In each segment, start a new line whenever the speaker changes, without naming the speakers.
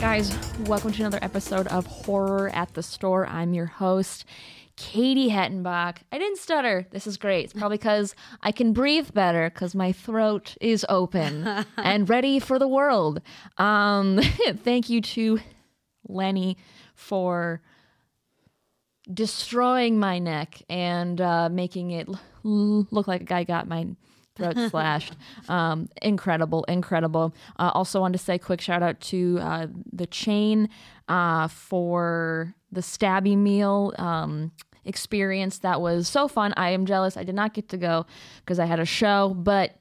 Guys, welcome to another episode of Horror at the Store. I'm your host, Katie Hettenbach. I didn't stutter. This is great. It's probably because I can breathe better because my throat is open and ready for the world. Um, thank you to Lenny for destroying my neck and uh, making it l- l- look like I got my throat slashed. Um, incredible, incredible. Uh, also, wanted to say quick shout out to uh, the chain uh, for the stabby meal. Um, experience that was so fun i am jealous i did not get to go because i had a show but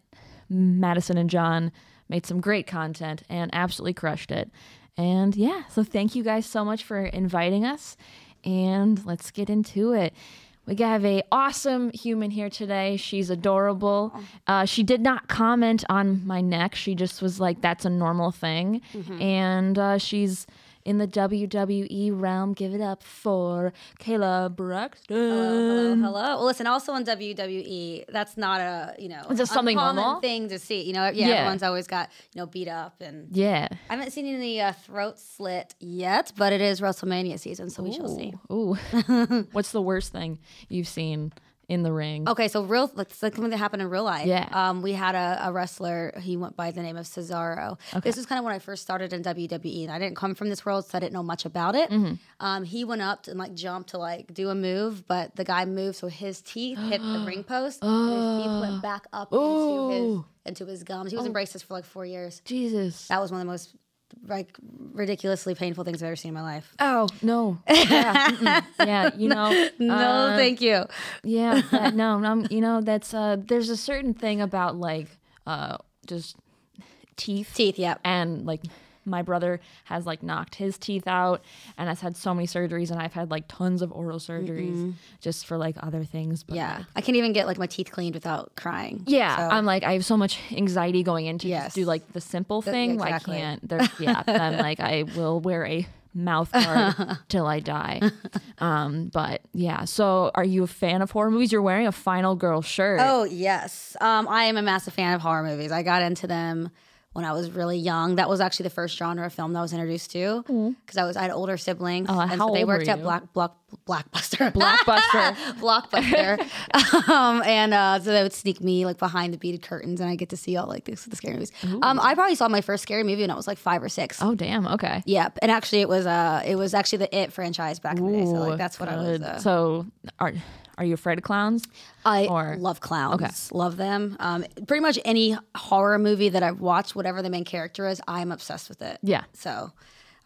madison and john made some great content and absolutely crushed it and yeah so thank you guys so much for inviting us and let's get into it. We have a awesome human here today. She's adorable.
Oh.
Uh, she did not comment on my neck. She just was like, "That's a normal thing,"
Mm-hmm.
and uh, she's in the WWE realm. Give it up for Kayla Braxton.
Hello,
Um,
hello. Well, listen. Also on WWE, that's not a you know
Is this something
uncommon
normal?
thing to see. You know, yeah,
Yeah.
everyone's always got you know beat up, and
Yeah.
I haven't seen any uh, throat slit yet, but it is WrestleMania season, so we shall see.
Ooh. What's the worst thing you've seen in the ring?
Okay, so real like something that happened in real life.
Yeah.
Um, we had a, a wrestler. He went by the name of Cesaro. This was kind of when I first started in WWE, and I didn't come from this world, so I didn't know much about it.
Mm-hmm.
Um, he went up and like jumped to like do a move, but the guy moved, so his teeth hit the ring post. and his teeth went back up into his
Oh. Ooh. Oh.
into his gums. He was in braces for like four years.
Jesus.
That was one of the most like ridiculously painful things I've ever seen in my life.
Oh no. Yeah. Mm-mm. yeah. You know.
No,
uh,
thank you.
Yeah, that, no, no, you know that's uh there's a certain thing about like uh just teeth
Teeth, yeah.
and like my brother has like knocked his teeth out and has had so many surgeries and I've had like tons of oral surgeries just for like other things but
Yeah, I can't even get like my teeth cleaned without crying.
yeah,
So-
I'm like I have so much anxiety going into
Yes.
just do like the simple thing. where
exactly.
I can't. There, yeah, I'm like I will wear a mouth guard till I die. Um, but yeah, so are you a fan of horror movies? You're wearing a Final Girl shirt.
Oh yes, um, I am a massive fan of horror movies. I got into them when I was really young. That was actually the first genre of film that I was introduced to because I was I had older siblings,
Uh,
and
Mm. how
so they
old were
worked at
you?
Black Block Blockbuster.
Blockbuster.
Blockbuster, um, and uh, so they would sneak me like behind the beaded curtains, and I get to see all like this, the scary movies. Um, I probably saw my first scary movie when I was like five or six.
oh damn. Okay.
Yep, and actually it was uh it was actually the It franchise back in the day. So like
Ooh,
that's what I was.
good.
Uh,
so are are you afraid of clowns?
I
Or-
love clowns. Love them. Um, pretty much any horror movie that I've watched, whatever the main character is, I'm obsessed with it.
Yeah.
So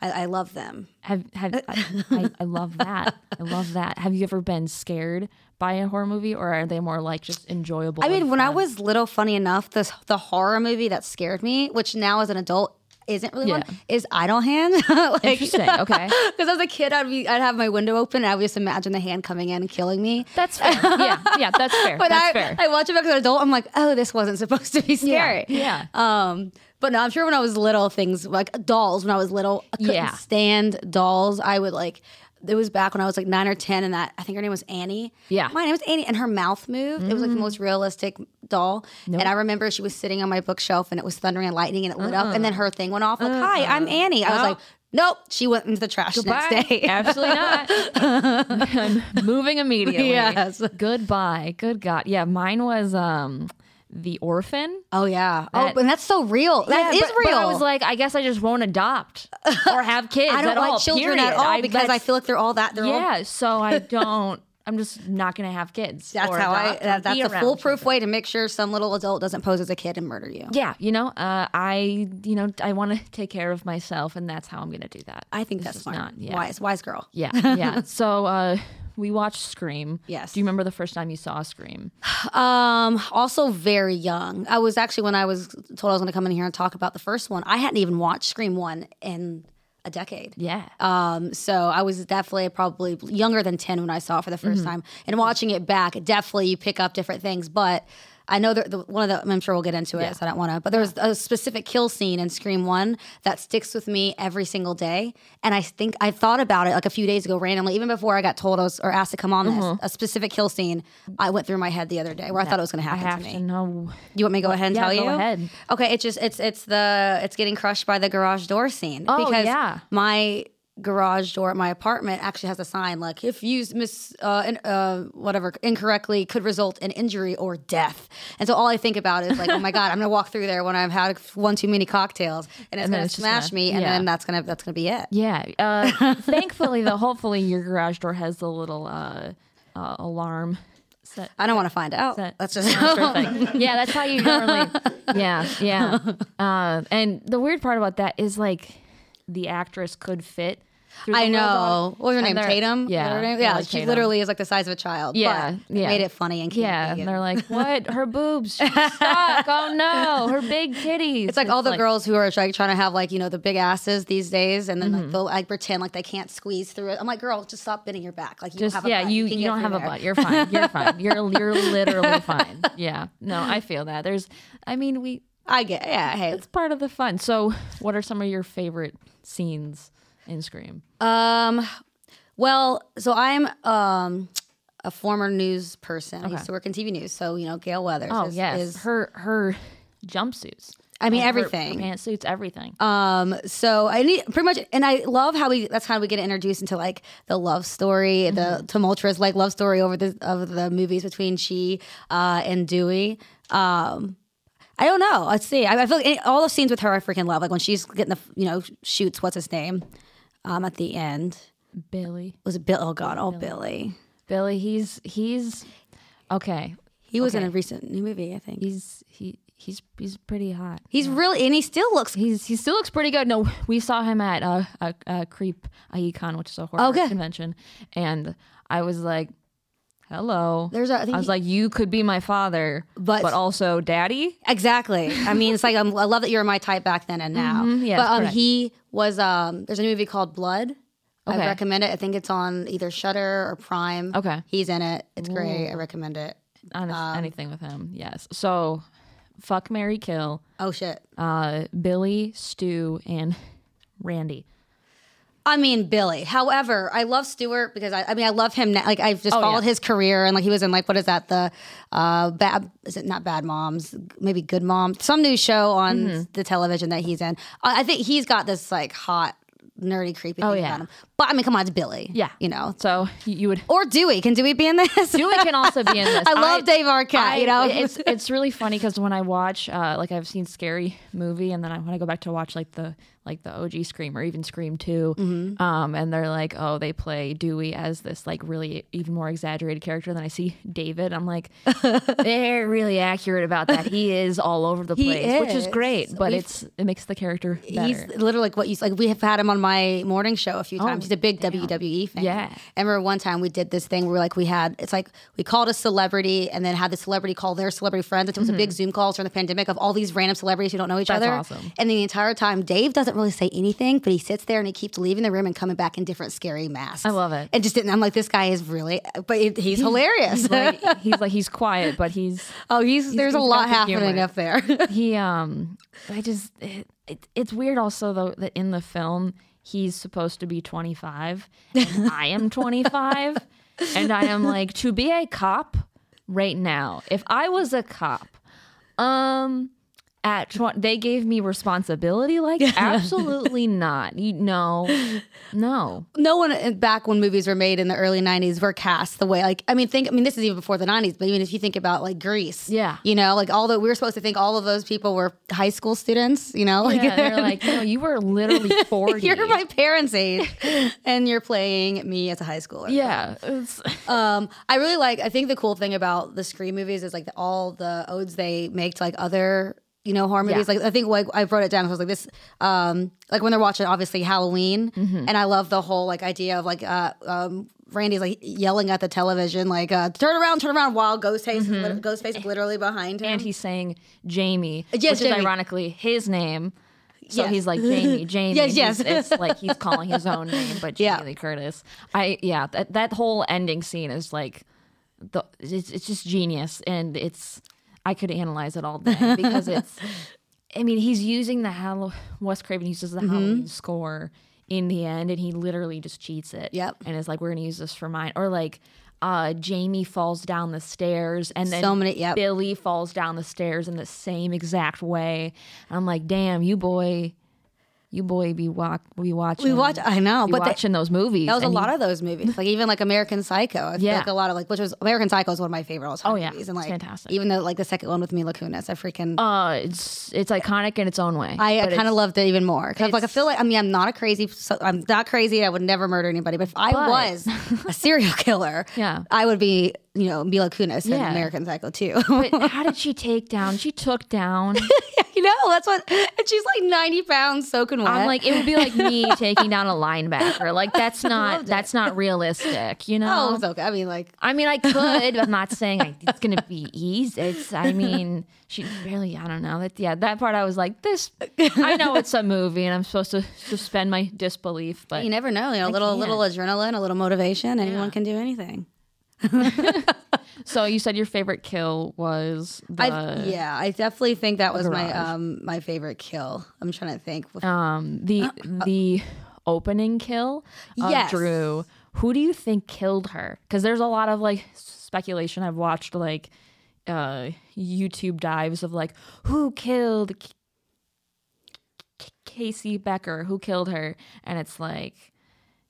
I, I love them.
Have have
Uh,
I, I, I love that. I love that. Have you ever been scared by a horror movie, or are they more like just enjoyable?
I mean, when I was little, funny enough, this the horror movie that scared me, which now as an adult isn't really
Yeah.
one, is Idle Hand. like,
Interesting. Okay.
Because as a kid, I'd be I'd have my window open and I would just imagine the hand coming in and killing me.
That's fair. Yeah, yeah, that's fair.
But
that's
I,
fair.
I watch it back as an adult. I'm like, oh, this wasn't supposed to be scary.
yeah.
Um, but no, I'm sure when I was little, things like dolls. When I was little, I couldn't
Yeah.
stand dolls. I would like. It was back when I was like nine or ten, and that I think her name was Annie.
Yeah.
my name was Annie, and her mouth moved. It was like the most realistic doll. And I remember she was sitting on my bookshelf, and it was thundering and lightning, and it lit up, and
Uh-huh.
then her thing went off. Like, hi, I'm Annie. I was
Oh.
like, nope. She went into the trash next
Bye.
day.
Absolutely not. I'm moving immediately.
Yes.
Goodbye. Good God. Yeah, mine was um the orphan.
oh yeah.
That-
oh, and that's so real. That is
Yeah, but-
real.
But I was like, I guess I just won't adopt or have kids.
I don't
at
like
all,
children
period.
at all
I-
because I
that's-
feel like they're all that. They're all
yeah. So I don't. I'm just not gonna have kids.
That's
or
how I.
adopt or
That, that's
be
a
around
foolproof way to make sure some little adult doesn't pose as a kid and murder you.
Yeah, you know, uh, I, you know, I want to take care of myself, and that's how I'm gonna do that.
I think
It's
that's
just
smart.
Not, yeah.
Wise, wise girl.
Yeah, yeah. so uh, we watched Scream.
Yes.
Do you remember the first time you saw Scream?
Um, also very young. I was actually when I was told I was going to come in here and talk about the first one. I hadn't even watched Scream one in a decade.
Yeah.
Um, so I was definitely probably
Mm-hmm.
younger than 10 when I saw it for the 1st time. And watching it back, definitely you pick up different things. But I know that the, one of the I'm sure we'll get into it, so I don't want to. But there's a specific kill scene in Scream One that sticks with me every single day, and I think I thought about it like a few days ago randomly, even before I got told I was or asked to come on
Mm-hmm.
this. A specific kill scene I went through my head the other day where I thought it was going to
I
happen
have
to me.
to know.
You want me to go ahead and
yeah,
tell
go
you?
ahead.
Okay, it's just it's it's the it's getting crushed by the garage door scene
Oh,
because
yeah.
my garage door at my apartment actually has a sign like if used mis uh, in, uh whatever incorrectly could result in injury or death and so all i think about is like oh my god i'm gonna walk through there when i've had one too many cocktails and it's
then
gonna
it's just
smash
gonna-
me and
yeah.
then that's gonna that's gonna be it
Yeah. Uh, thankfully, though, hopefully your garage door has the little uh, uh, alarm set.
i don't want to find out
That-
that's just
Sure thing. yeah, that's how you normally. Yeah, yeah. Uh, and the weird part about that is like the actress could fit. through the
I
little
know.
dog.
What was her
And
name?
they're-
Tatum.
Yeah,
Her name?
yeah,
yeah.
like
she
Tatum.
literally is like the size of a child.
Yeah,
but they
yeah.
Made it funny and cute.
Yeah, and they're like, "What? Her boobs she's stuck? Oh no, her big titties!"
It's like all the girls who are like trying to have like you know the big asses these days, and then
Mm-hmm.
like they'll like pretend like they can't squeeze through it. I'm like, girl, just stop bending your back. Like you
Just
don't have a
yeah,
butt.
you
can
you
get
don't
through
have a
there.
butt. You're fine. You're fine. You're you're literally fine. Yeah. No, I feel that. There's, I mean, we
I get yeah. Hey,
it's part of the fun. So, what are some of your favorite scenes in Scream?
um, well, so I'm um a former news person. I used to work in TV news, so you know Gail Weathers.
Oh
is,
yes,
is-
her her jumpsuits.
I mean
Her-
everything.
her pantsuits, everything.
Um, so I need pretty much, and I love how we that's how we get introduced into like the love story, the tumultuous like love story over the of the movies between she uh, and Dewey. Um, I don't know. Let's see. I, I feel like any, all the scenes with her I freaking love. Like when she's getting the you know shoots what's his name um, at the end
Billy,
was it Bill? Oh God, oh Billy.
Billy, he's he's okay.
He was in a recent new movie, I think.
He's he he's he's pretty hot.
He's really and he still looks
He's he still looks pretty good. No, we saw him at uh, a, a creep icon, which is a horror
Okay.
convention, and I was like, "Hello."
There's a- I think
was
he-
like, "You could be my father,
But-
but also daddy."
Exactly. I mean, it's like um, i I love that you're my type back then and now.
Mm-hmm. yes,
but um,
correct.
he was. Um, there's a movie called Blood.
Okay.
I recommend it. I think it's on either Shutter or Prime.
Okay.
He's in it. It's great. I recommend it.
Honest,
Um,
anything with him, yes. So, fuck Mary Kill,
Oh shit.
uh, Billy, Stu, and Randy.
I mean Billy. However, I love Stewart because I, I mean I love him. Now. Like I've just followed
Oh, yeah.
his career and like he was in like what is that the uh bad is it not bad moms maybe good mom some new show on
Mm-hmm.
the television that he's in. I, I think he's got this like hot nerdy creepy thing
Oh, yeah.
about him. But I mean come on, it's Billy.
Yeah.
you know
So you, you would
Or Dewey. Can Dewey be in this?
Dewey can also be in this.
I love Dave Arquette, you know?
it's it's really funny because when I watch, uh, like, I've seen scary movie, and then I want to go back to watch like the like the OG Scream or even Scream 2
Mm-hmm.
um, and they're like, oh, they play Dewey as this like really even more exaggerated character. And then I see David, I'm like, they're really accurate about that. He is all over the place, which is
is.
great, but
We've-
it's it makes the character better. Oh,
He's literally like what you like. We have had him on my morning show a few times. He's a big WWE fan.
Yeah.
I remember one time we did this thing where like we had it's like we called a celebrity and then had the celebrity call their celebrity friends. It was a big Zoom call during the pandemic of all these random celebrities who don't know each
Mm-hmm. That's
other.
awesome.
And the entire time, Dave doesn't really say anything, but he sits there and he keeps leaving the room and coming back in different scary masks. I
love it.
And just didn't. I'm like, this guy is really, but he- he's hilarious.
He's like, he's like he's quiet, but he's
oh, he's, there's a
he's
lot
got the humor.
happening up there.
he um i just it, it, it's weird also though that in the film he's supposed to be 25 and i am 25 and i am like to be a cop right now if i was a cop um at tw- they gave me responsibility like absolutely not you, no no
no one in- back when movies were made in the early 90s were cast the way like i mean think i mean this is even before the 90s but even if you think about like greece
Yeah.
you know like all the we were supposed to think all of those people were high school students you know like
yeah, they're like no you were literally 40
you're my parents age and you're playing me as a high schooler
yeah it's-
um, I really like. I think the cool thing about the Scream movies is like the, all the odes they make to like other you know horror movies. Like I think like I wrote it down. 'cause I was like this, um, like when they're watching obviously Halloween,
Mm-hmm.
and I love the whole like idea of like uh, um, Randy's like yelling at the television like uh, turn around, turn around, while Ghostface
Mm-hmm.
is lit- Ghostface is literally behind him.
and he's saying Jamie,
Uh, Yes,
which is
Jamie.
ironically his name. So
Yes.
he's like Jamie, Jamie.
Yes, yes.
He's- it's like he's calling his own name, but Jamie
Yeah.
Lee Curtis. I yeah, that that whole ending scene is like the it's, it's just genius, and it's I could analyze it all day because it's. I mean, he's using the Hall- Wes Craven uses
Mm-hmm.
the Halloween score in the end, and he literally just cheats it.
Yep.
And is like, we're gonna use this for mine, or like, uh, Jamie falls down the stairs, and then
So many- yep.
Billy falls down the stairs in the same exact way. I'm like, damn, you boy, you boy, be walk, we watching,
We watch. I know,
be
but they,
watching those movies.
that was a lot of those movies. Like even like American Psycho. I feel
Yeah. Oh,
like a lot of like which was American Psycho is one of my favorite all time
yeah.
movies. And
It's
like
fantastic.
even though like the second one with Mila Kunis, I freaking
Uh, it's it's iconic in its own way.
I,
but
kind
it's-
of loved it even more because like I
it's-
feel like I mean I'm not a crazy so I'm not crazy I would never murder anybody but if I
But-
was a serial killer
Yeah.
I would be you know Mila Kunis in
Yeah.
American Psycho too
But how did she take down? She took down.
you know that's what and she's like 90 pounds soaking wet
I'm like, it would be like me taking down a linebacker. Like that's not that's not realistic. You
oh
know.
it's okay I mean like
I mean, I could, but I'm not saying like, it's gonna be easy. It's, I mean, she really, I don't know. That, yeah, that part I was like, this. I know it's a movie, and I'm supposed to suspend my disbelief, but
you never know you know a little little adrenaline a little motivation anyone can do anything
so you said your favorite kill was the
I yeah I definitely think that was my um my favorite kill I'm trying to think
um the the opening kill of
Yes.
Drew. Who do you think killed her? Because there's a lot of like speculation. I've watched like uh YouTube dives of like who killed K- K- Casey Becker? Who killed her? And it's like,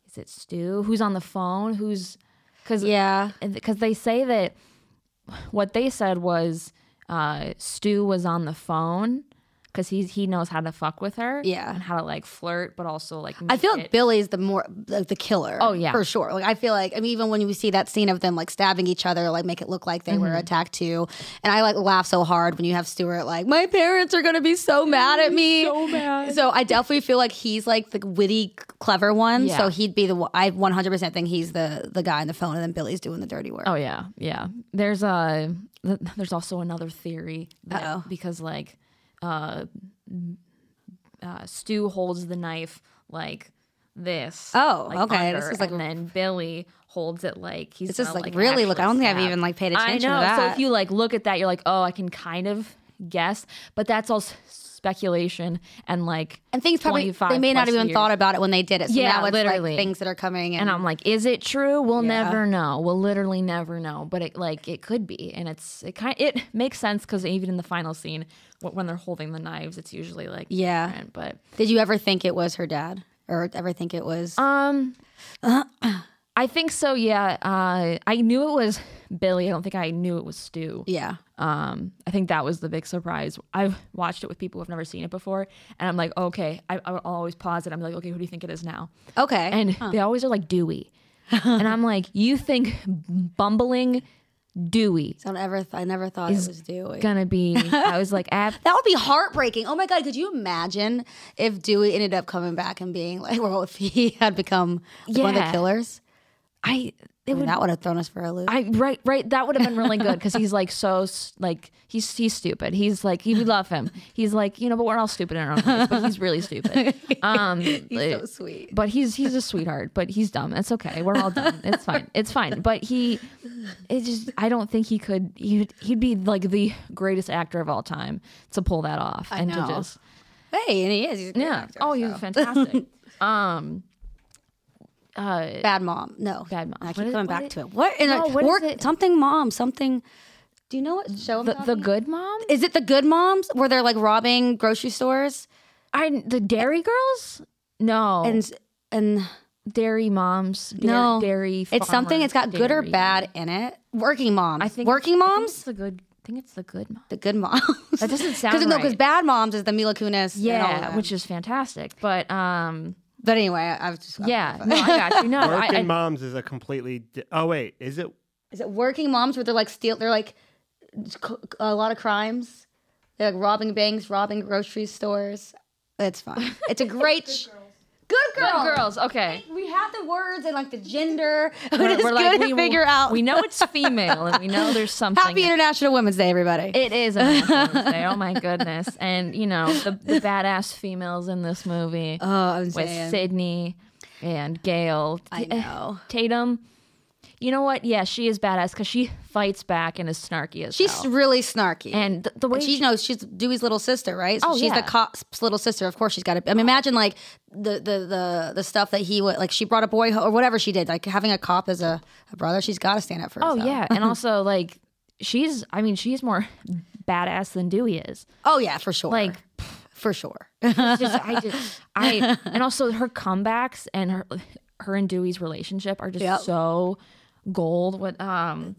is it Stu? Who's on the phone? Who's because
yeah
because they say that what they said was uh, Stu was on the phone because he he knows how to fuck with her,
Yeah.
and how to like flirt, but also like
I feel
make
like Billy's the more like the killer. Oh
yeah.
for sure. Like I feel like I mean even when you see that scene of them like stabbing each other, like make it look like they were
Mm-hmm.
attacked too. And I like laugh so hard when you have Stuart like my parents are gonna be so mad at me.
so mad.
So I definitely feel like he's like the witty, clever one.
Yeah.
So he'd be the one- I 100% think he's the the guy on the phone, and then Billy's doing the dirty work.
Oh yeah, yeah. There's a th- there's also another theory that because like uh, uh, Stu holds the knife like this.
Oh,
like,
okay.
under,
This is like
and then Billy holds it like he's.
This is,
gonna,
like, really look- I
actually
don't think I've
stab.
even, like, paid
I
attention to
know. So
that.
if you like look at that, you're like, oh, I can kind of guess, but that's all s- speculation and like
and things probably
25
they may not
plus
even
years.
thought about it when they did it. So
Yeah,
now it's
literally.
like things that are coming in.
And I'm like, is it true? We'll
Yeah.
never know. We'll literally never know. But it like it could be, and it's it kind it makes sense because even in the final scene, wh- when they're holding the knives, it's usually like
Yeah.
different, But
did you ever think it was her dad, or ever think it was?
um, I think so. Yeah, uh, I knew it was Billy. I don't think I knew it was Stu.
yeah.
Um, I think that was the big surprise. I've watched it with people who've never seen it before, and I'm like, okay. I, I'll always pause it. I'm like, okay, who do you think it is now?
Okay.
and they always are like Dewey, and I'm like, you think bumbling Dewey
Don't ever. Th- I never thought it was Dewey.
gonna be? I was like, ab-
that would be heartbreaking. Oh my god, could you imagine if Dewey ended up coming back and being like, well, if he had become like, one of the
Yeah.
killers,
I
I mean, that would have thrown us for a loop.
I right right that would have been really good because he's like so s- like he's he's stupid. He's like he, we love him. He's like you know, but we're all stupid in our own ways. But he's really stupid. Um,
so sweet.
But he's he's a sweetheart. But he's dumb. That's okay. We're all dumb. It's fine. It's fine. But he, it just I don't think he could. He'd he'd be like the greatest actor of all time to pull that off and
know.
to just
Hey, and he is. He's a good
yeah.
actor,
oh,
so.
he's fantastic. um, uh,
bad mom. No,
Bad Mom.
I keep
What is-
coming
what
back
is-
to it. What? In
No,
a,
what is
work,
it?
Something mom. Something. Do you know what show? I'm
the
talking
the good mom.
is it the good moms where they're like robbing grocery stores
I the Dairy Girls. No,
and and
dairy moms. Dairy,
No.
dairy.
it's something
farmers,
it's got good or
dairy.
bad in it. Working moms. I think
think-
working
I think
moms.
it's the good. I think it's the good mom.
the good moms.
That doesn't
Because
sound
no, because
right.
bad moms is the Mila Kunis. and all of
Yeah,
them.
which is fantastic. But um,
But anyway, I, I was just
yeah, no, I got you. No, I,
Working
I,
Moms is a completely. Di- oh wait, is it?
Is it working moms where they're like steal? They're like c- a lot of crimes. They're like robbing banks, robbing grocery stores. It's fun. It's a great. sh- Good girl.
good girls. Okay,
We have the words and like the gender. We're,
we're,
just
we're
good
like
to
we will-
figure out.
We know it's female, and we know there's something.
Happy International Women's Day, everybody.
It is a National Women's Day. Oh my goodness! And you know the, the badass females in this movie
oh, I'm
with
saying.
Sydney and Gail, eh,
I know.
Tatum. You know what? Yeah, she is badass because she fights back and is snarky as
She's
hell.
really snarky.
And th- the way
And she, knows she's Dewey's little sister, right? So
Oh,
she's
yeah. Oh.
the cop's little sister. Of course, she's got to. I mean, imagine like the the the the stuff that he would like. She brought a boy ho- or whatever she did. Like having a cop as a, a brother, she's got to stand up for.
Oh
herself.
yeah, and also like she's I mean she's more badass than Dewey is.
Oh yeah, for sure.
Like
for sure.
it's just I just I and also her comebacks and her her and Dewey's relationship are just
Yep.
so gold what um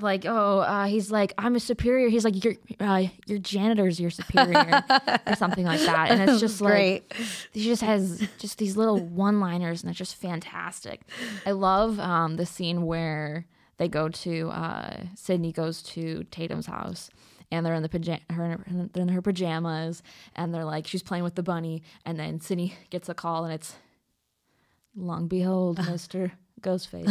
like oh uh, he's like i'm a superior he's like your uh, your janitor's your superior or something like that and it's just like
Great.
she just has just these little one liners and they're just fantastic i love um, the scene where they go to uh, sydney goes to tatum's house and they're in the pajama her, they're in her pajamas and they're like she's playing with the bunny and then sydney gets a call and it's long behold mr ghostface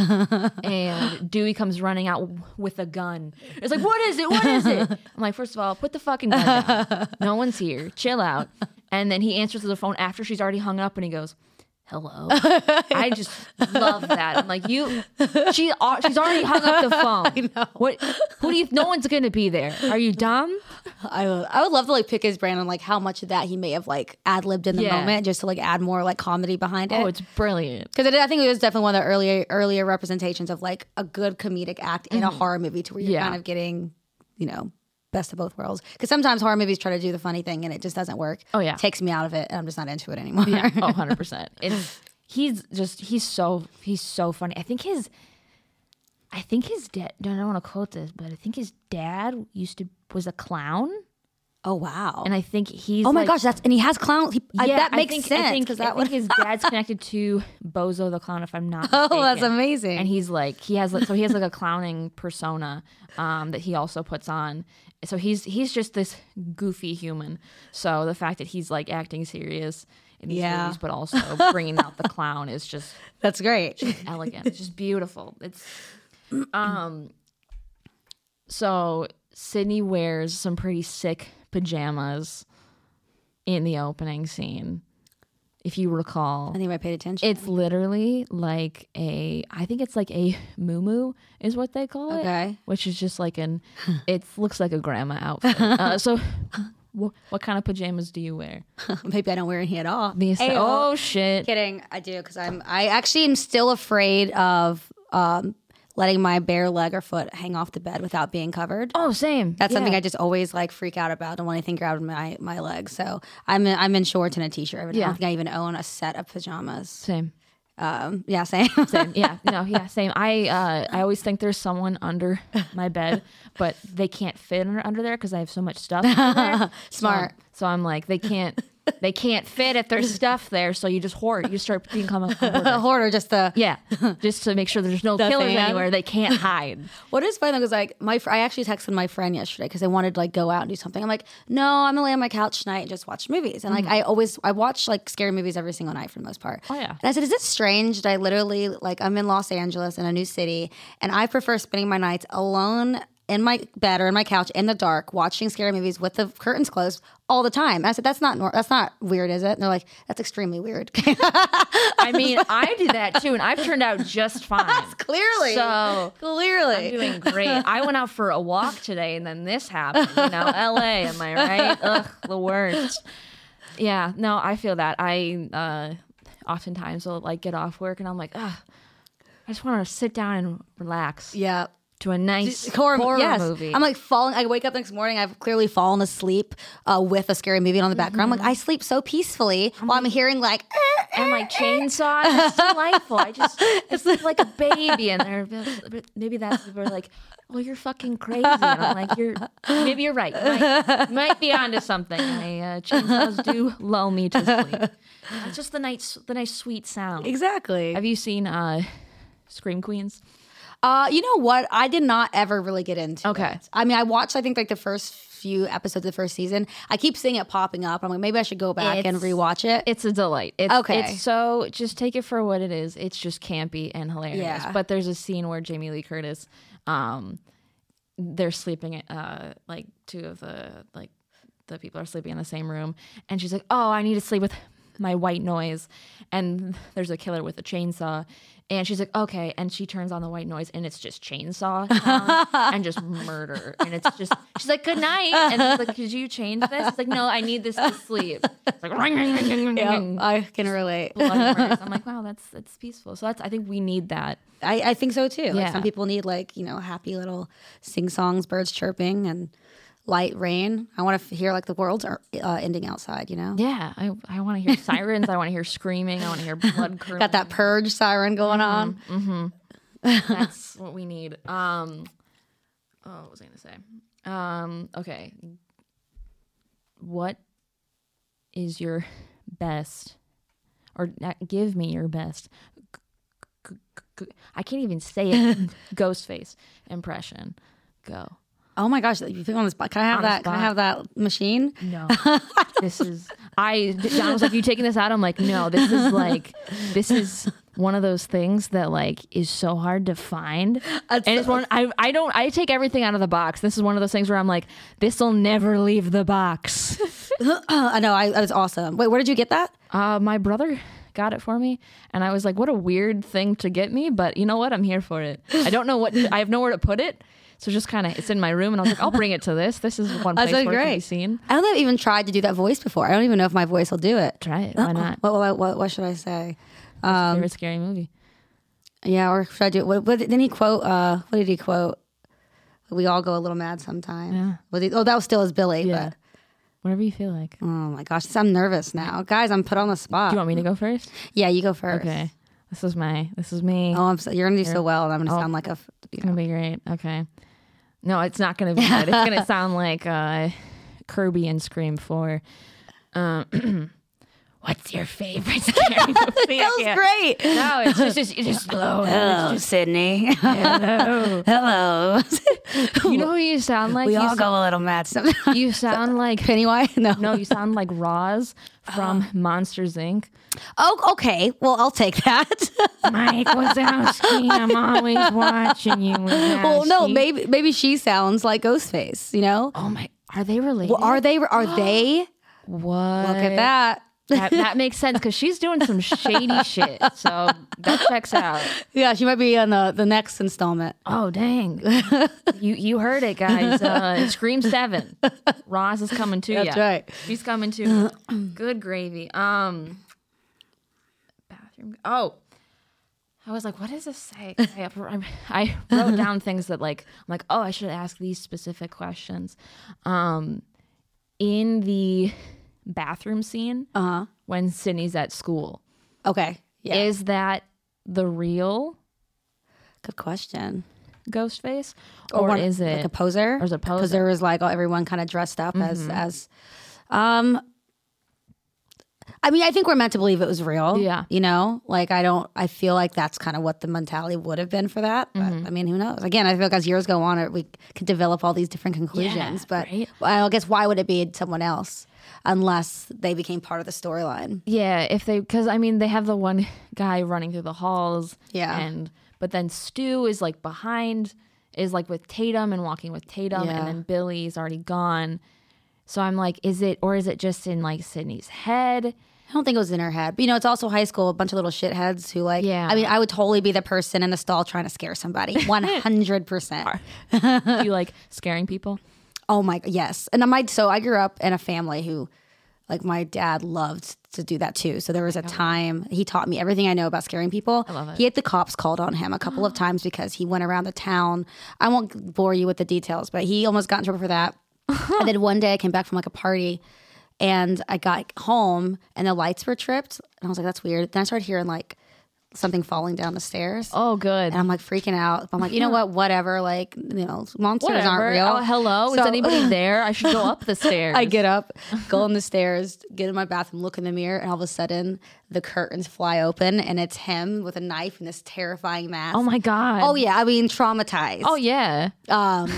and dewey comes running out w- with a gun it's like what is it what is it i'm like first of all put the fucking gun down no one's here. Chill out. And then he answers the phone after she's already hung up and he goes, Hello. I just love that. I'm like, you she al- she's already hung up the phone. What who do you no one's gonna be there? Are you dumb?
I would, I would love to like pick his brain on like how much of that he may have like ad libbed in the
Yeah.
moment just to like add more like comedy behind it.
Oh, it's brilliant.
Because I think it was definitely one of the earlier earlier representations of like a good comedic act in a horror movie, to where you're
Mm-hmm. Yeah.
kind of getting, you know, best of both worlds. Because sometimes horror movies try to do the funny thing and it just doesn't work.
Oh, yeah.
it takes me out of it and I'm just not into it anymore.
Oh, 100 percent. It's he's just he's so he's so funny. I think his I think his dad I don't want to quote this, but I think his dad used to was a clown.
oh wow!
And I think he's
oh my
like-
gosh, that's and he has clowns. He, I- that
I
makes
think, I
sense
think,
because
I
that
think
would.
his dad's connected to Bozo the clown, if I'm not.
Oh, that's
mistaken.
amazing.
And he's like, he has like, so he has like a clowning persona um, that he also puts on. So he's he's just this goofy human. So the fact that he's like acting serious in these
Yeah.
movies, but also bringing out the clown is just
that's great.
elegant. It's just beautiful. It's um so Sydney wears some pretty sick pajamas in the opening scene. If you recall,
I think I paid attention.
it's literally like a I think it's like a muumuu is what they call it,
Okay.
which is just like an it looks like a grandma outfit. Uh, so wh- what kind of pajamas do you wear?
Maybe I don't wear any at all.
These-
Ayo.
oh shit.
Kidding, I do because I'm. I actually am still afraid of um, letting my bare leg or foot hang off the bed without being covered.
Oh, same.
That's something
Yeah.
I just always like freak out about and want to think out of my my legs. So I'm in, I'm in shorts and a t-shirt. I
Yeah.
don't think I even own a set of pajamas.
same.
Um, yeah, same.
Same. Yeah. No. Yeah. Same. I uh, I always think there's someone under my bed, but they can't fit under, under there because I have so much stuff. under there.
Smart.
So, so I'm like, they can't they can't fit if there's stuff there. So you just hoard. You start become a, a
A
hoarder.
hoarder, just the
Yeah. Just to make sure there's no killers
fan.
anywhere. They can't hide.
What is funny though is like my fr- I actually texted my friend yesterday because I wanted to like go out and do something. I'm like, no, I'm gonna lay on my couch tonight and just watch movies. And like I always I watch like scary movies every single night for the most part.
Mm-hmm. Oh, yeah.
And I said, is it strange that I literally like I'm in Los Angeles in a new city and I prefer spending my nights alone in my bed or in my couch in the dark watching scary movies with the curtains closed all the time. And I said, that's not nor- that's not weird, is it? And they're like, that's extremely weird.
I mean, I do that too, and I've turned out just fine.
Clearly.
So
Clearly.
I'm doing great. I went out for a walk today, and then this happened. You know, L.A. Am I right? Ugh, the worst. Yeah, no, I feel that. I uh, oftentimes will like get off work, and I'm like, ugh, I just want to sit down and relax
yeah.
to a nice
horror,
horror,
mo- yes.
movie.
I'm like falling. I wake up the next morning. I've clearly fallen asleep uh, with a scary movie on the background.
Mm-hmm.
I'm like I sleep so peacefully while I'm hearing like "Eh, eh."
and like chainsaws. It's delightful. I just I sleep like a baby, and they're but maybe that's where like, oh, you're fucking crazy. And I'm like, you're maybe you're right. You might, you might be onto something. My uh, chainsaws do lull me to sleep. It's just the nice, the nice sweet sound.
exactly.
Have you seen uh, Scream Queens?
Uh, you know what? I did not ever really get into.
Okay.
it. I mean, I watched. I think like the first few episodes of the first season. I keep seeing it popping up. I'm like, maybe I should go back and
It's-
rewatch it.
It's a delight. It's,
Okay.
It's so just take it for what it is. It's just campy and hilarious.
Yeah.
But there's a scene where Jamie Lee Curtis, um, they're sleeping. Uh, like two of the like the people are sleeping in the same room, and she's like, "Oh, I need to sleep with my white noise and there's a killer with a chainsaw and she's like okay and she turns on the white noise and it's just chainsaw sound and just murder and it's just she's like good night and he's like could you change this it's like no i need this to sleep it's like ring, ring, ring, ring, ring, ring.
Yep, I can relate.
Bloody murders. i'm like wow that's that's peaceful so that's i think we need that
I, I think so too. Like
Yeah.
some people need like, you know, happy little sing songs, birds chirping and light rain. I want to hear like the world's are, uh, ending outside, you know?
yeah i, I want to hear sirens i want to hear screaming i want to hear blood curdling.
Got that purge siren going
Mm-hmm.
on.
That's what we need. Um, oh, what was I gonna say? Um, okay. What is your best, or not, give me your best? g- g- g- I can't even say it. Ghostface impression. Go.
Oh my gosh, you put me on the spot. Can I have
On the
that? Can I
spot.
have that machine?
No, this is. I John was like, "You taking this out?" I'm like, "No, this is like, this is one of those things that like is so hard to find." and it's one. I I don't. I take everything out of the box. This is one of those things where I'm like, "This will never leave the box."
I know, I, that was awesome. Wait, where did you get that?
Uh, my brother got it for me, and I was like, "What a weird thing to get me," but you know what? I'm here for it. I don't know what. I have nowhere to put it. So just kind of, it's in my room, and I was like, "I'll bring it to this. This is one place
That's
where it can be seen."
I don't think I've even tried to do that voice before. I don't even know if my voice will do it.
Try it. Why not?
What, what, what, what should I say?
Favorite scary movie.
Yeah, or should I do what, what didn't he quote uh what did he quote? We all go a little mad sometimes. Was he- oh, that was still his Billy,
Yeah.
but
Whatever you feel like.
oh my gosh, I'm nervous now. Guys, I'm put on the spot.
Do you want me to go first?
yeah, you go first.
Okay. This is my. This is me.
Oh, I'm so, you're gonna do so well, and I'm
Oh.
gonna sound like a. f- You
It's
know.
gonna be great. Okay. No, it's not gonna be good. It's gonna sound like uh, Kirby and Scream Four. Um, what's your favorite scary movie? I can't-
great.
No, it's just, it's just slow.
Hello, Sydney. Hello. Hello.
You know who you sound like?
Oh. we
you,
all
s-
go a little mad sometimes.
you sound like
Pennywise? No.
no, you sound like Roz from Monsters Inc.
Oh, okay. Well, I'll take that.
Uh, Mike Wazowski, I'm always watching you.
well, Oh, no,
Wazowski.
maybe maybe she sounds like Ghostface. You know?
Oh my, are they related?
Well, are they? Are they?
what?
Look at that.
that, that makes sense because she's doing some shady shit. So that checks out.
Yeah, she might be on the, the next installment.
Oh dang! you you heard it, guys. Uh, Scream Seven. Roz is coming to you.
That's right.
She's coming to. Good gravy. Um, bathroom. Oh. I was like, what does this say? 'Cause I, I wrote down things that like I'm like, oh, I should ask these specific questions. Um, in the bathroom scene, uh-huh. when Sydney's at school,
Okay. Yeah.
is that the real
Good question.
ghost face or,
one-
is it
like a poser?
or is it a poser? Mm-hmm.
Poser is like oh, everyone kind of dressed up as as. Um, I mean, I think we're meant to believe it was real.
Yeah.
You know, like I don't. I feel like that's kind of what the mentality would have been for that. But
Mm-hmm.
I mean, who knows? Again, I feel like as years go on, it, we could develop all these different conclusions. but
right?
well, I guess why would it be someone else unless they became part of the storyline?
yeah if they because i mean they have the one guy running through the halls
Yeah.
and but then stu is like behind is like with tatum and walking with tatum
Yeah.
and then billy's already gone so i'm like is it or is it just in like sydney's head
I don't think it was in her head. But you know, it's also high school, a bunch of little shitheads who like
Yeah.
I mean, I would totally be the person in the stall trying to scare somebody. One hundred percent.
you like scaring people
Oh my yes. And my so I grew up in a family who like my dad loved to do that too. So there was a time he taught me everything I know about scaring people. I
Oh. love it.
He had the cops called on him a couple of times because he went around the town. I won't bore you with the details, but he almost got in trouble for that. and then one day I came back from like a party and I got home and the lights were tripped. And I was like, that's weird. Then I started hearing like something falling down the stairs.
oh good
And I'm like freaking out. I'm like, you know what? Whatever. Like, you know, monsters
Whatever.
aren't real.
oh hello is
So-
anybody there i should go up the stairs
I get up, go on the stairs, get in my bathroom, look in the mirror, and all of a sudden the curtains fly open and it's him with a knife and this terrifying mask.
oh my god
Oh yeah, I mean traumatized.
oh yeah
Um,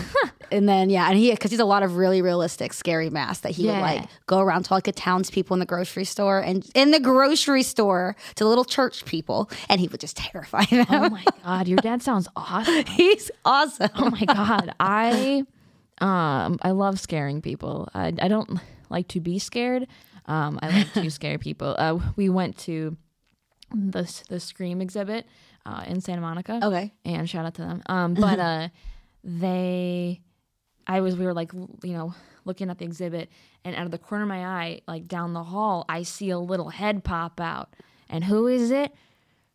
and then yeah, and he because he's a lot of really realistic scary masks that he would
Yeah.
like go around to like the townspeople in the grocery store and in the grocery store to little church people, and he would just terrify them.
oh my god your dad sounds awesome
he's awesome.
oh my god i um i love scaring people i, I don't like to be scared Um, I like to scare people. Uh, we went to the the Scream exhibit uh, in Santa Monica.
Okay.
and shout out to them. Um, but uh, they, I was, we were like, l- you know, looking at the exhibit, and out of the corner of my eye, like down the hall, I see a little head pop out, and who is it?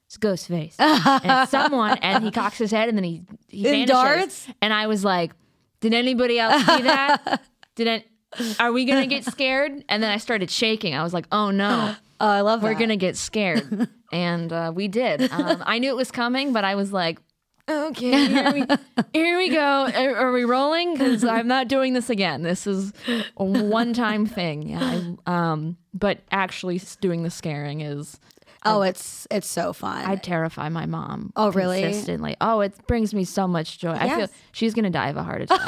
It's Ghostface, and it's someone, and he cocks his head, and then he he vanishes.
It darts?
and I was like, did anybody else see that? Did not are we gonna get scared? And then I started shaking. I was like, oh no
Oh, I love
we're
that.
gonna get scared and uh, we did um, i knew it was coming but i was like okay here we, here we go are, are we rolling because i'm not doing this again this is a one-time thing yeah I, um, but actually s- doing the scaring is
Oh, it's it's so fun.
i terrify my mom
Oh, really?
consistently oh it brings me so much joy i feel
Yes.
she's gonna die of a heart attack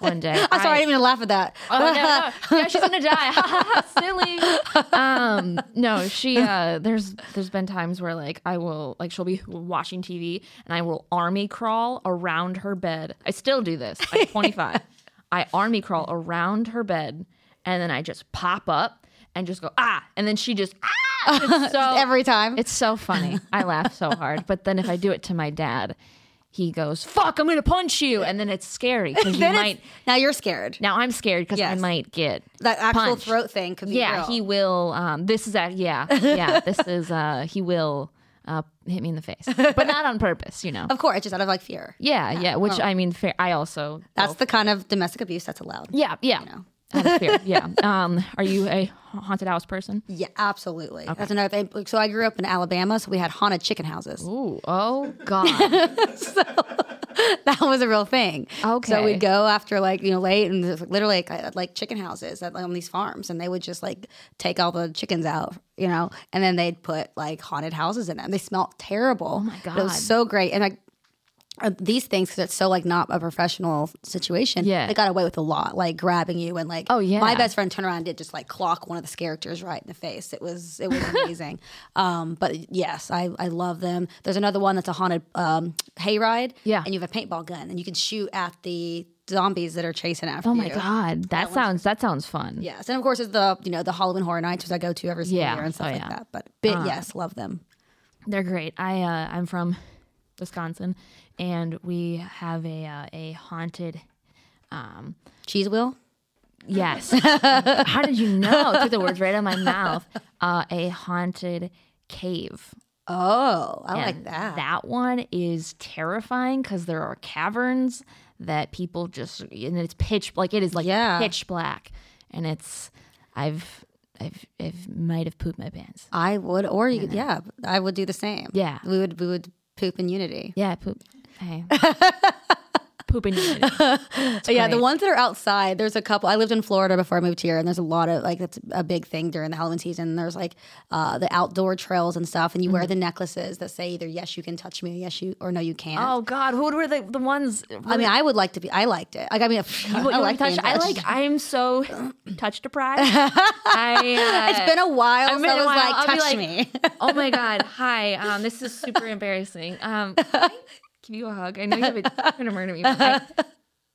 one day
I'm sorry, I didn't even laugh at that.
Oh no, no. Yeah, she's gonna die. Silly. Um, no, she. Uh, there's there's been times where like I will like she'll be watching TV and I will army crawl around her bed. I still do this. I'm 25. I army crawl around her bed and then I just pop up and just go ah, and then she just ah. It's so
Every time.
It's so funny. I laugh so hard. But then if I do it to my dad. He goes, "Fuck! I'm gonna punch you," and then it's scary because you
Then it's-
might
now you're scared.
now I'm scared because I
Yes.
might get
that actual
punched.
throat thing could be
Yeah,
real.
he will. Um, this is that. Yeah, yeah. this is. Uh, he will uh, hit me in the face, but not on purpose. You know.
of course, just out of like fear.
Yeah, yeah. Which I mean, fair, I also.
That's the kind of domestic abuse that's allowed.
Yeah, yeah. I have fear. Yeah. Um, are you a haunted house person?
Yeah, absolutely. That's another thing. Like, So I grew up in Alabama, so we had haunted chicken houses.
Ooh. Oh God.
That was a real thing.
Okay.
So we'd go after like you know late and there's, like, literally like, I- like chicken houses at, like, on these farms, and they would just like take all the chickens out, you know, and then they'd put like haunted houses in them. They smelled terrible. Oh my it
God.
was so great. And like uh, these things because it's so like not a professional situation.
Yeah.
they got away with a lot, like grabbing you and like.
Oh, yeah.
my best friend turned around and did just like clock one of the characters right in the face. It was it was amazing. um, but yes, I I love them. There's another one that's a haunted um, hayride.
Yeah.
and you have a paintball gun and you can shoot at the zombies that are chasing after
Oh
you.
my God. That sounds. That sounds fun.
Yes, and of course it's the you know the Halloween Horror Nights which I go to every single
Yeah.
year and stuff
Oh,
like
yeah.
that. But, but yes, love them.
They're great. I uh, I'm from Wisconsin, and we have a uh, a haunted
Cheese wheel.
Yes. How did you know? Took the words right out of my mouth. Uh, a haunted cave.
Oh, I like
And
that.
That one is terrifying because there are caverns that people just and it's pitch like it is like
Yeah.
pitch black, and it's I've I've I've might have pooped my pants.
I would, or you, could- yeah, I would do the same.
Yeah.
we would we would poop in unity.
Yeah, I poop. Hey. Pooping.
yeah, the
great.
ones that are outside. There's a couple. I lived in Florida before I moved here, and there's a lot of like that's a big thing during the Halloween season. There's like uh, the outdoor trails and stuff, and you
Mm-hmm.
wear the necklaces that say either yes you can touch me, yes you, or no you can't.
Oh God, who were the the ones?
I mean, I would like to be. I liked it. Like, I mean,
You
I
want
like.
touch?
being
I
touched.
like. I am so touch deprived. I. Uh,
It's been a while.
I've
so
been
I
a
was
while.
like,
I'll be
touch
like-
me.
oh my god hi um this is super embarrassing um can I give you a hug i know you have a, you're gonna murder me but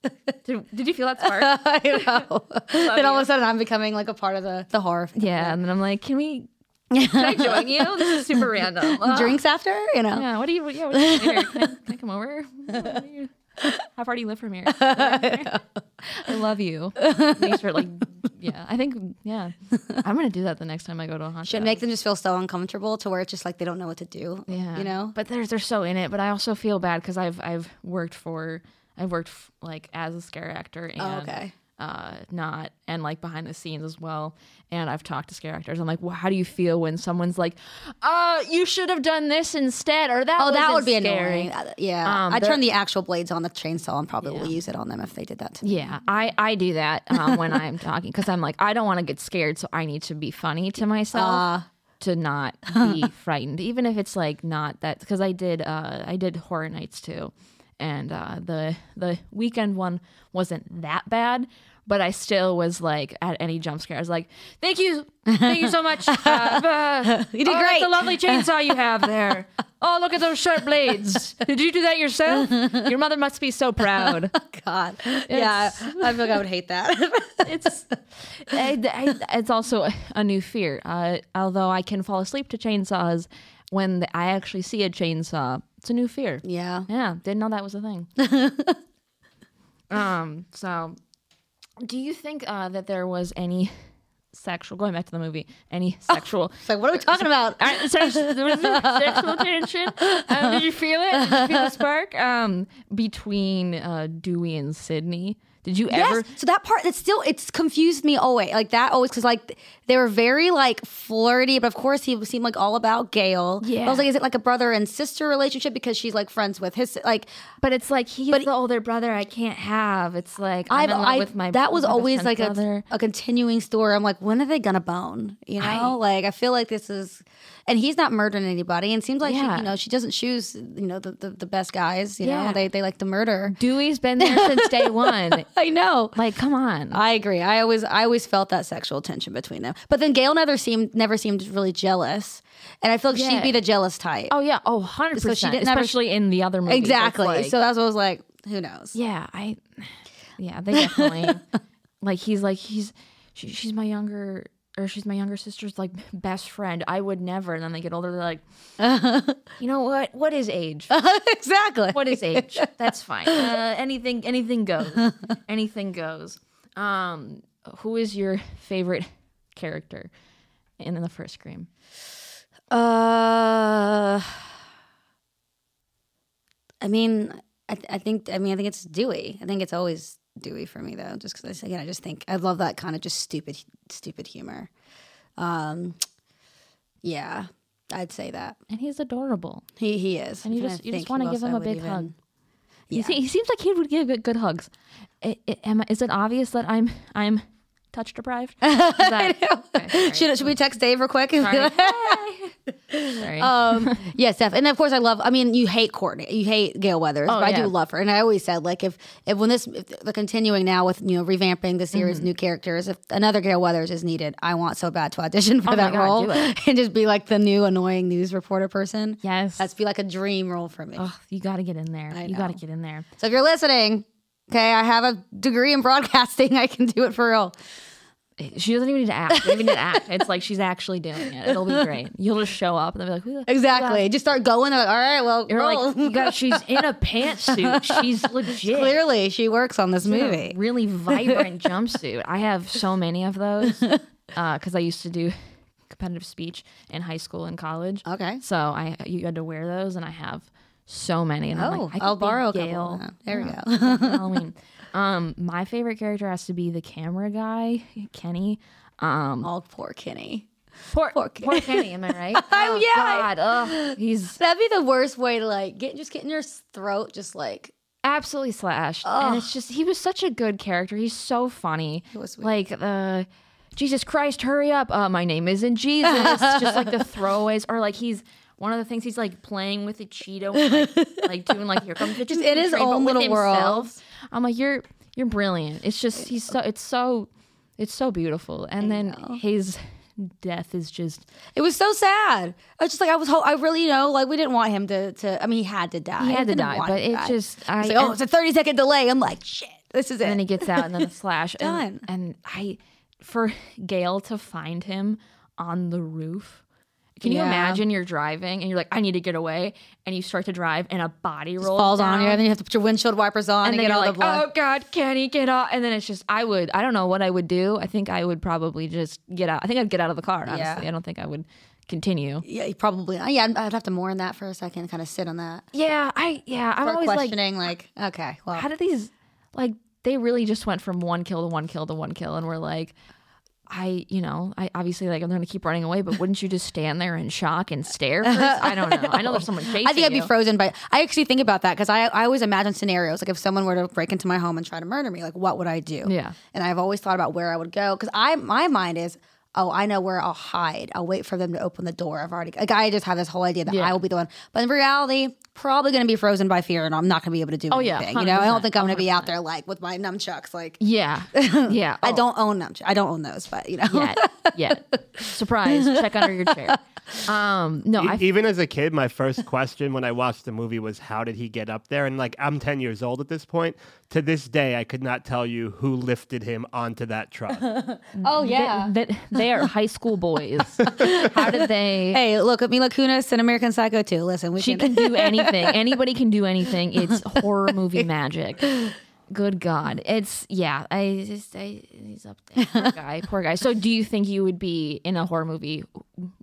I- did, did you feel that spark
I know. then all of a sudden, I'm becoming like a part of the the horror. family.
yeah and then i'm like can we can i join you this is super random Ugh.
Drinks after, you know.
yeah what do you yeah what do you do here? Can, I, can I come over What do you- how far do you live from here i love you thanks for like yeah i think yeah i'm gonna do that the next time i go to a haunted
Should
house.
make them just feel so uncomfortable to where it's just like they don't know what to do.
Yeah.
You know?
But they're they're so in it. But I also feel bad because I've I've worked for I've worked f- like as a scare actor and
Oh, okay.
uh not and like behind the scenes as well. And I've talked to scare actors. I'm like, well, how do you feel when someone's like, uh, you should have done this instead or that?
Oh, that
wasn't
would be
scary.
annoying. Uh, Yeah.
Um,
I'd
the-
turn the actual blades on the chainsaw and probably will use it on them if they did that to me.
Yeah, I, I do that um, when I'm talking because I'm like I don't want to get scared, so I need to be funny to myself
Uh.
to not be frightened, even if it's like not that. Because I did uh, I did horror nights too, and uh, the the weekend one wasn't that bad, but I still was like at any jump scare, I was like, thank you, thank you so much. Uh, uh,
You did
oh, That's
great."
a lovely chainsaw you have there. Oh, look at those sharp blades. Did you do that yourself? Your mother must be so proud.
God. Yeah, I feel like I would hate that.
It's I, I- it's also a new fear. Uh, although I can fall asleep to chainsaws, when I actually see a chainsaw, it's a new fear.
yeah.
Yeah, didn't know that was a thing. um, so do you think uh, that there was any sexual going back to the movie, any sexual
It's like, what are we talking about?
All right, sex- there was sexual tension? Um, did you feel it? Did you feel the spark um, between uh, Dewey and Sydney? Did you ever?
Yes. So that part, it's still, it's confused me always. Like that always, because like they were very like flirty, but of course he seemed like all about Gail. But I
Yeah.
was like, is it like a brother and sister relationship because she's like friends with his, like,
But it's like he's the older brother I can't have. It's like I'm
I've,
in love
I,
with my.
that was
my best
always
friend's
like a,
brother.
a continuing story. I'm like, when are they gonna bone? You know, like I feel like this is, and he's not murdering anybody, and it seems like
Yeah.
she, you know, she doesn't choose, you know, the, the, the best guys. You know,
Yeah.
they they like the murder.
Dewey's been there since day one.
I know.
Like, come on.
I agree. I always I always felt that sexual tension between them. But then Gail never seemed never seemed really jealous, and I feel like she'd
Yeah.
be the jealous type.
Oh yeah, oh 100
So she
percent.
didn't ever-
Especially in the other movies. It's
exactly.
like-
so that's what I was like. Who knows?
yeah, I, yeah, they definitely like he's like he's she, she's my younger or she's my younger sister's like best friend. I would never. And then they get older, they're like, you know what? What is age?
exactly.
What is age? That's fine. Uh, anything, anything goes. Anything goes. Um, who is your favorite character in the first Scream?
Uh, I mean, I, th- I think I mean I think it's Dewey. I think it's always Dewey for me though, just because again I just think I love that kind of just stupid stupid humor. Um, yeah, I'd say that
And he's adorable.
he he is.
And you
I'm
just-
trying
you just
think
wanna
who
give him
else I
a
would
big
even-
hug. He,
Yeah.
se- he seems like he would give good, good hugs. I, I, am I- is it obvious that I'm I'm touch deprived? Is that- okay, sorry.
Should, should we text Dave real quick? And be
Sorry.
like,
Sorry.
um, yes, Steph. And of course, I love. I mean, you hate Courtney, you hate Gail Weathers, but I
Oh, yeah.
do love her. And I always said, like, if if when this if the continuing now with you know revamping
Mm-hmm.
the series, new characters, if another Gail Weathers is needed, I want so bad to audition for
Oh my
that
God,
role
do
and just be like the new annoying news reporter person.
yes.
That's be like a dream role for me.
Ugh, you got to get in there. you got to
know.
get in there.
So if you're listening, okay, I have a degree in broadcasting. I can do it for real.
She doesn't even need to act. They even need to act. It's like she's actually doing it. It'll be great. You'll just show up and they'll be like, who the
Exactly. Just start going. They're like, all right, well, oh,
You're
roll.
like, you got, she's in a pantsuit. She's legit.
clearly she works on this movie.
a really vibrant jumpsuit. I have so many of those because I used to do competitive speech in high school and college.
Okay.
So I you had to wear those, and I have so many. And I'm
Oh,
like, I could
I'll
be
borrow a
Gail
couple. Of them. There we go.
for Halloween. Um, my favorite character has to be the camera guy, Kenny. Um,
Oh, poor Kenny.
poor, poor,
Kenny.
Kenny. Am I right? Oh
yeah, I-
God, ugh, he's
That'd be the worst way to like get just get in your throat, just like
absolutely slashed, and it's just he was such a good character. He's so funny.
was weird.
like uh, Jesus Christ, hurry up! Uh, my name isn't Jesus. just like the throwaways, or like he's. One of the things he's like playing with a Cheeto, and, like, like doing like here comes the just
in his own little world.
I'm like you're you're brilliant. It's just he's so it's so it's so beautiful. And then his death is just
it was so sad. I was just like I was, ho- I really you know like we didn't want him to. to I mean, he had to die.
he had to
Didn't
die,
want
but
him
it
to die.
just I
It's like, oh,
and-
it's a thirty second delay. I'm like, shit, this is it.
and then he gets out and then the slash
Done.
and, and i for gail to find him on the roof can you
Yeah.
imagine you're driving and you're like i need to get away and you start to drive and a body rolls
falls
down,
on you, and then you have to put your windshield wipers on and,
and then
get
you're
all
like
the blood.
oh god can he get out and then it's just i would i don't know what i would do i think i would probably just get out i think i'd get out of the car honestly
Yeah.
i don't think i would continue
Yeah, he probably. Yeah, I'd I'd have to mourn that for a second, kind of sit on that.
yeah i yeah i'm
Start
always like
questioning, like, okay, well,
how did these like they really just went from one kill to one kill to one kill and we're like I, you know, I obviously like I'm gonna keep running away, but wouldn't you just stand there in shock and stare? First? I don't know. I know there's someone chasing
I think I'd be
you.
frozen, but I actually think about that because I, I always imagine scenarios like if someone were to break into my home and try to murder me, like what would I do?
Yeah.
And I've always thought about where I would go because I my mind is oh, I know where I'll hide. I'll wait for them to open the door. I've already, like, I just have this whole idea that
Yeah.
I will be the one. But in reality, probably going to be frozen by fear and I'm not going to be able to do
Oh, yeah,
anything. you know, I don't
100%,
think I'm going to be out there like with my nunchucks. Like,
Yeah. Yeah.
I
Oh,
don't own nunchucks. I don't own those, but you know.
yet. Yet. Surprise. Check under your chair. Um, no,
E-
I
Even as a kid, my first question when I watched the movie was, "How did he get up there?" And like, I'm 10 years old at this point. To this day, I could not tell you who lifted him onto that truck.
oh,
that they are high school boys. How did they
Hey, look at Mila Kunis and American Psycho too. Listen, we
She
can.
can do anything. Anybody can do anything. It's horror movie magic. Good God. It's yeah. I just I, he's up there. Poor guy. Poor guy. So do you think you would be in a horror movie?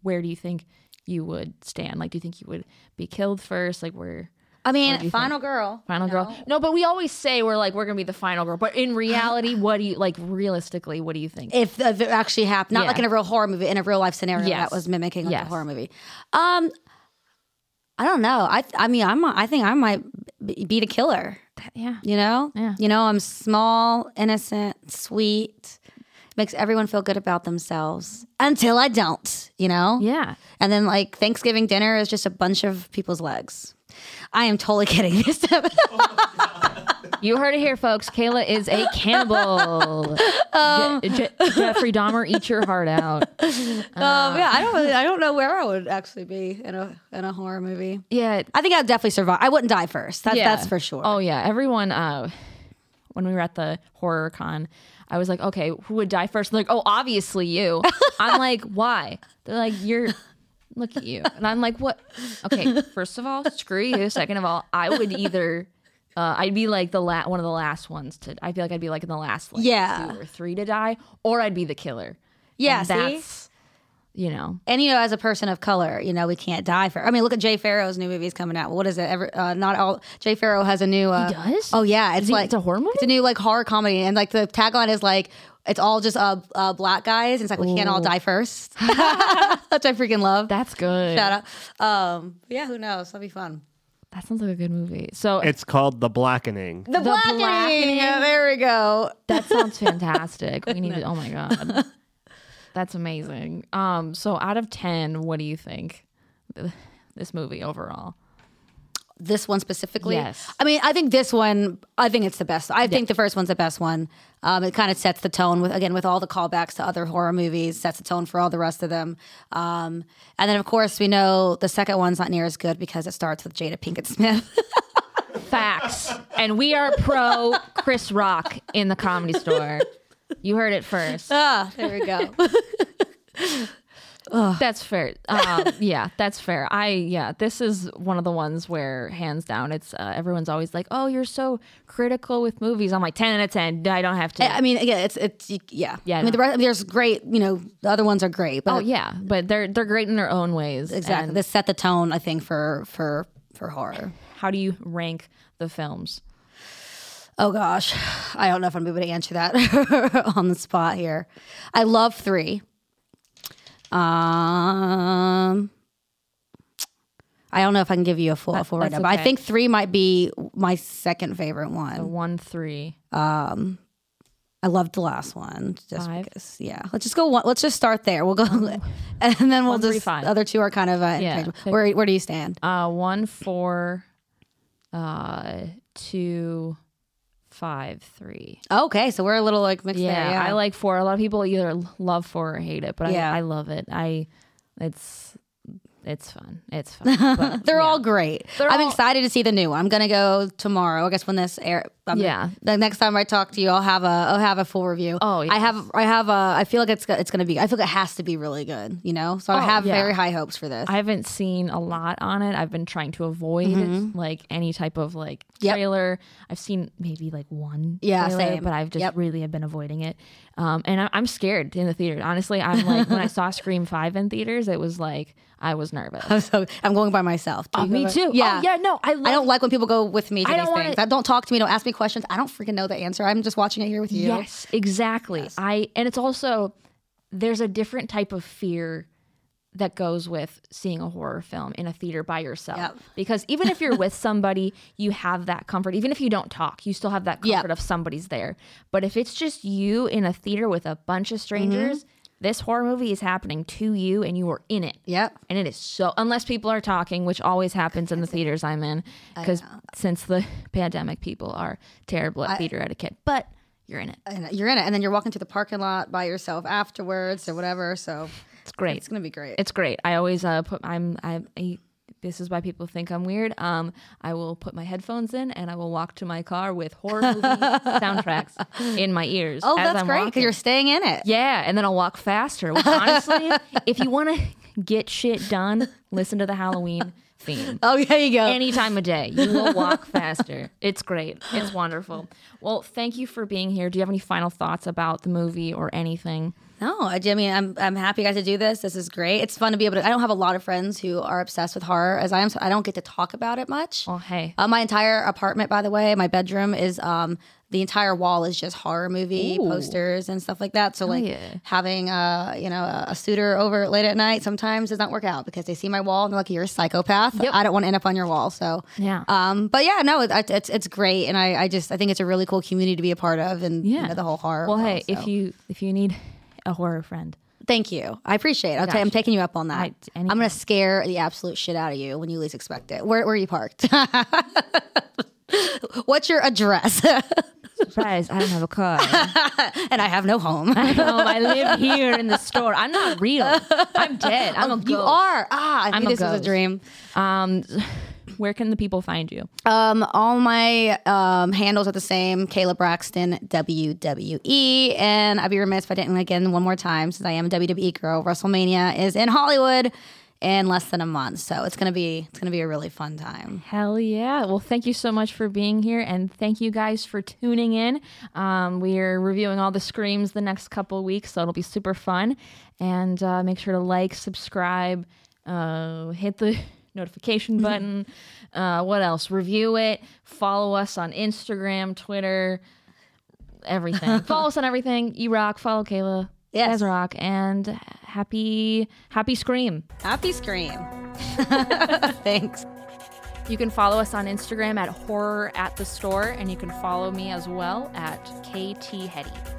Where do you think you would stand? Like, do you think you would be killed first? Like, we're
I mean, Final Girl.
final girl. No, but we always say we're like we're gonna be the final girl. But in reality, what do you like? Realistically, what do you think?
If, if it actually happened, not
Yeah.
like in a real horror movie, in a real life scenario
Yes.
that was mimicking like
Yes.
a horror movie. Um, I don't know. I I mean, I'm I think I might be be the killer.
yeah.
You know.
Yeah.
You know, I'm small, innocent, sweet. Makes everyone feel good about themselves until I don't. You know.
Yeah.
And then like Thanksgiving dinner is just a bunch of people's legs. I am totally kidding. This
You heard it here, folks. Kayla is a cannibal. Je- Je- Jeffrey Dahmer, eat your heart out.
Um, yeah, I don't really, I don't know where I would actually be in a in a horror movie.
Yeah.
I think I'd definitely survive. I wouldn't die first. That,
yeah.
That's for sure.
Oh yeah. Everyone. Uh, when we were at the horror con, I was like, okay, who would die 1st like, oh, obviously you. I'm like, why? They're like, you're. Look at you. And I'm like, what? Okay. First of all, screw you. Second of all, I would either. Uh, I'd be like the la- one of the last ones to. I feel like I'd be like in the last like
Yeah.
two or three to die, or I'd be the killer.
yeah.
And
See,
that's you know
and you know, as a person of color, you know, we can't die for. I mean, look at Jay Farrow's new movies coming out. What is it? Every, uh, not all. Jay Farrow has a new. Uh,
does?
Oh yeah, it's
he-
like
it's a horror movie?
It's a new like horror comedy, and like the tagline is like. It's all just uh, uh black guys. It's like we can't all die first, which I freaking love.
that's good.
Shout out. Um, yeah, who knows? That'll be fun.
That sounds like a good movie. So
it's called The Blackening.
The,
Blackening.
Yeah, there we go.
that sounds fantastic. We need to, oh my god, that's amazing. Um, so out of ten, what do you think th- this movie overall?
this one specifically.
Yes.
I mean, I think this one, I think it's the best. I think the first one's the best one. Um, it kind of sets the tone with, again, with all the callbacks to other horror movies, sets the tone for all the rest of them. Um, and then, of course, we know the second one's not near as good because it starts with Jada Pinkett Smith.
Facts, and we are pro Chris Rock in the Comedy Store. You heard it first.
ah, there we go.
That's fair. Um, yeah, that's fair. I yeah, this is one of the ones where hands down, it's uh, everyone's always like, "Oh, you're so critical with movies." I'm like, ten out of ten. I don't have to.
Eh, I mean, again, it's, it's, yeah.
Yeah,
I mean, the
no.
rest, I mean, there's great, you know, the other ones are great, but
Oh yeah, but they're they're great in their own ways.
exactly.
And
This set the tone, I think, for, for, for horror.
how do you rank the films?
Oh gosh, I don't know if I'm able to answer that on the spot here. I love three. Um, I don't know if I can give you a full, a full
that's
write up. but I
okay. Oh.
think three might be my second favorite one.
One, three.
I loved the last one. Just
Five.
because, yeah. Let's just go. One, let's just start there. We'll go, and then we'll
three,
just.
five.
The other two are kind of. Uh,
Yeah.
interchangeable. Where Where do you stand?
Uh, one, four, uh, two, five, three.
Okay, so we're a little like mixed
Yeah,
there. Yeah,
I like four. A lot of people either love four or hate it, but
Yeah.
I, I love it. I, it's, it's fun. It's fun. But
They're all great.
They're
I'm
all-
excited to see the new one. I'm gonna go tomorrow. I guess when this air, I'm-
Yeah.
the next time I talk to you, I'll have a I'll have a full review.
Oh,
I
yes.
have I have a I feel like it's go- it's gonna be I feel like it has to be really good. You know, so I have
Oh, yeah.
very high hopes for this.
I haven't seen a lot on it. I've been trying to avoid like any type of like
Mm-hmm. Yep.
trailer. I've seen maybe like one
Yeah,
trailer,
same.
but I've just
Yep.
really have been avoiding it. Um, and I, I'm scared in the theater. Honestly, I'm like when I saw Scream Five in theaters, it was like I was nervous.
I'm so I'm going by myself. Do you go
me
by-
too.
Yeah.
Oh, yeah. No, I love.
I don't like when people go with me to
I
these
don't wanna-
things. I don't talk to me. Don't ask me questions. I don't freaking know the answer. I'm just watching it here with you.
Yes, exactly. I and it's also there's a different type of fear that goes with seeing a horror film in a theater by yourself.
Yep.
Because even if you're with somebody, you have that comfort. Even if you don't talk, you still have that
Yep.
comfort of somebody's there. But if it's just you in a theater with a bunch of strangers,
Mm-hmm.
This horror movie is happening to you and you are in it.
Yep.
And it is so unless people are talking, which always happens in the theaters I'm in cuz since the pandemic people are terrible at theater etiquette. But you're in it.
And you're in it. And then you're walking through the parking lot by yourself afterwards or whatever. So
It's great.
it's going to be great.
It's great. I always uh put I'm I, I this is why people think I'm weird. Um, I will put my headphones in and I will walk to my car with horror movie soundtracks in my ears.
oh,
as
that's
I'm
great because
walking.
you're staying in it.
yeah, and then I'll walk faster. Which honestly, if you want to get shit done, listen to the Halloween theme
Oh, there you go.
any time of day. You will walk faster. It's great. It's wonderful. Well, thank you for being here. Do you have any final thoughts about the movie or anything?
No, I, do- I mean, I'm, I'm happy I got to do this. This is great. It's fun to be able to. I don't have a lot of friends who are obsessed with horror as I am, so I don't get to talk about it much.
Well, Oh, hey,
Uh, my entire apartment, by the way, my bedroom is um the entire wall is just horror movie posters and stuff like that. So like
yeah.
having uh you know a, a suitor over late at night sometimes does not work out because they see my wall and they're like you're a psychopath. I don't want to end up on your wall. So
Yeah.
Um, but yeah, no, it, it's it's great, and I, I just I think it's a really cool community to be a part of, and you
Yeah.
know, the whole horror.
well,
world,
hey, if
so.
you if you need a horror friend.
Thank you. I appreciate it. Okay, I'm taking you up on that.
I-
I'm
any-
going to scare the absolute shit out of you when you least expect it. Where, where are you parked? What's your address?
Surprise, I don't have a car.
and I have no home.
Um, I live here in the store. I'm not real. I'm dead. I'm a ghost.
You are. Ah, I knew
a
this was a
ghost.
dream.
Um, where can the people find you?
Um, all my um, handles are the same Kayla Braxton, WWE. And I'd be remiss if I didn't again one more time since I am a WWE girl. WrestleMania is in Hollywood in less than a month. So it's going to be it's going to be a really fun time.
Hell yeah. Well, thank you so much for being here. And thank you guys for tuning in. Um, we are reviewing all the screams the next couple weeks, so it'll be super fun. And uh, make sure to like, subscribe, uh, hit the notification button. uh, what else? Review it. Follow us on Instagram, Twitter, everything. follow us on everything. You rock. Follow Kayla.
Yes.
Guys rock. And happy, happy scream.
Happy Scream. Thanks.
You can follow us on Instagram at horror at the store, and you can follow me as well at KT Hetty.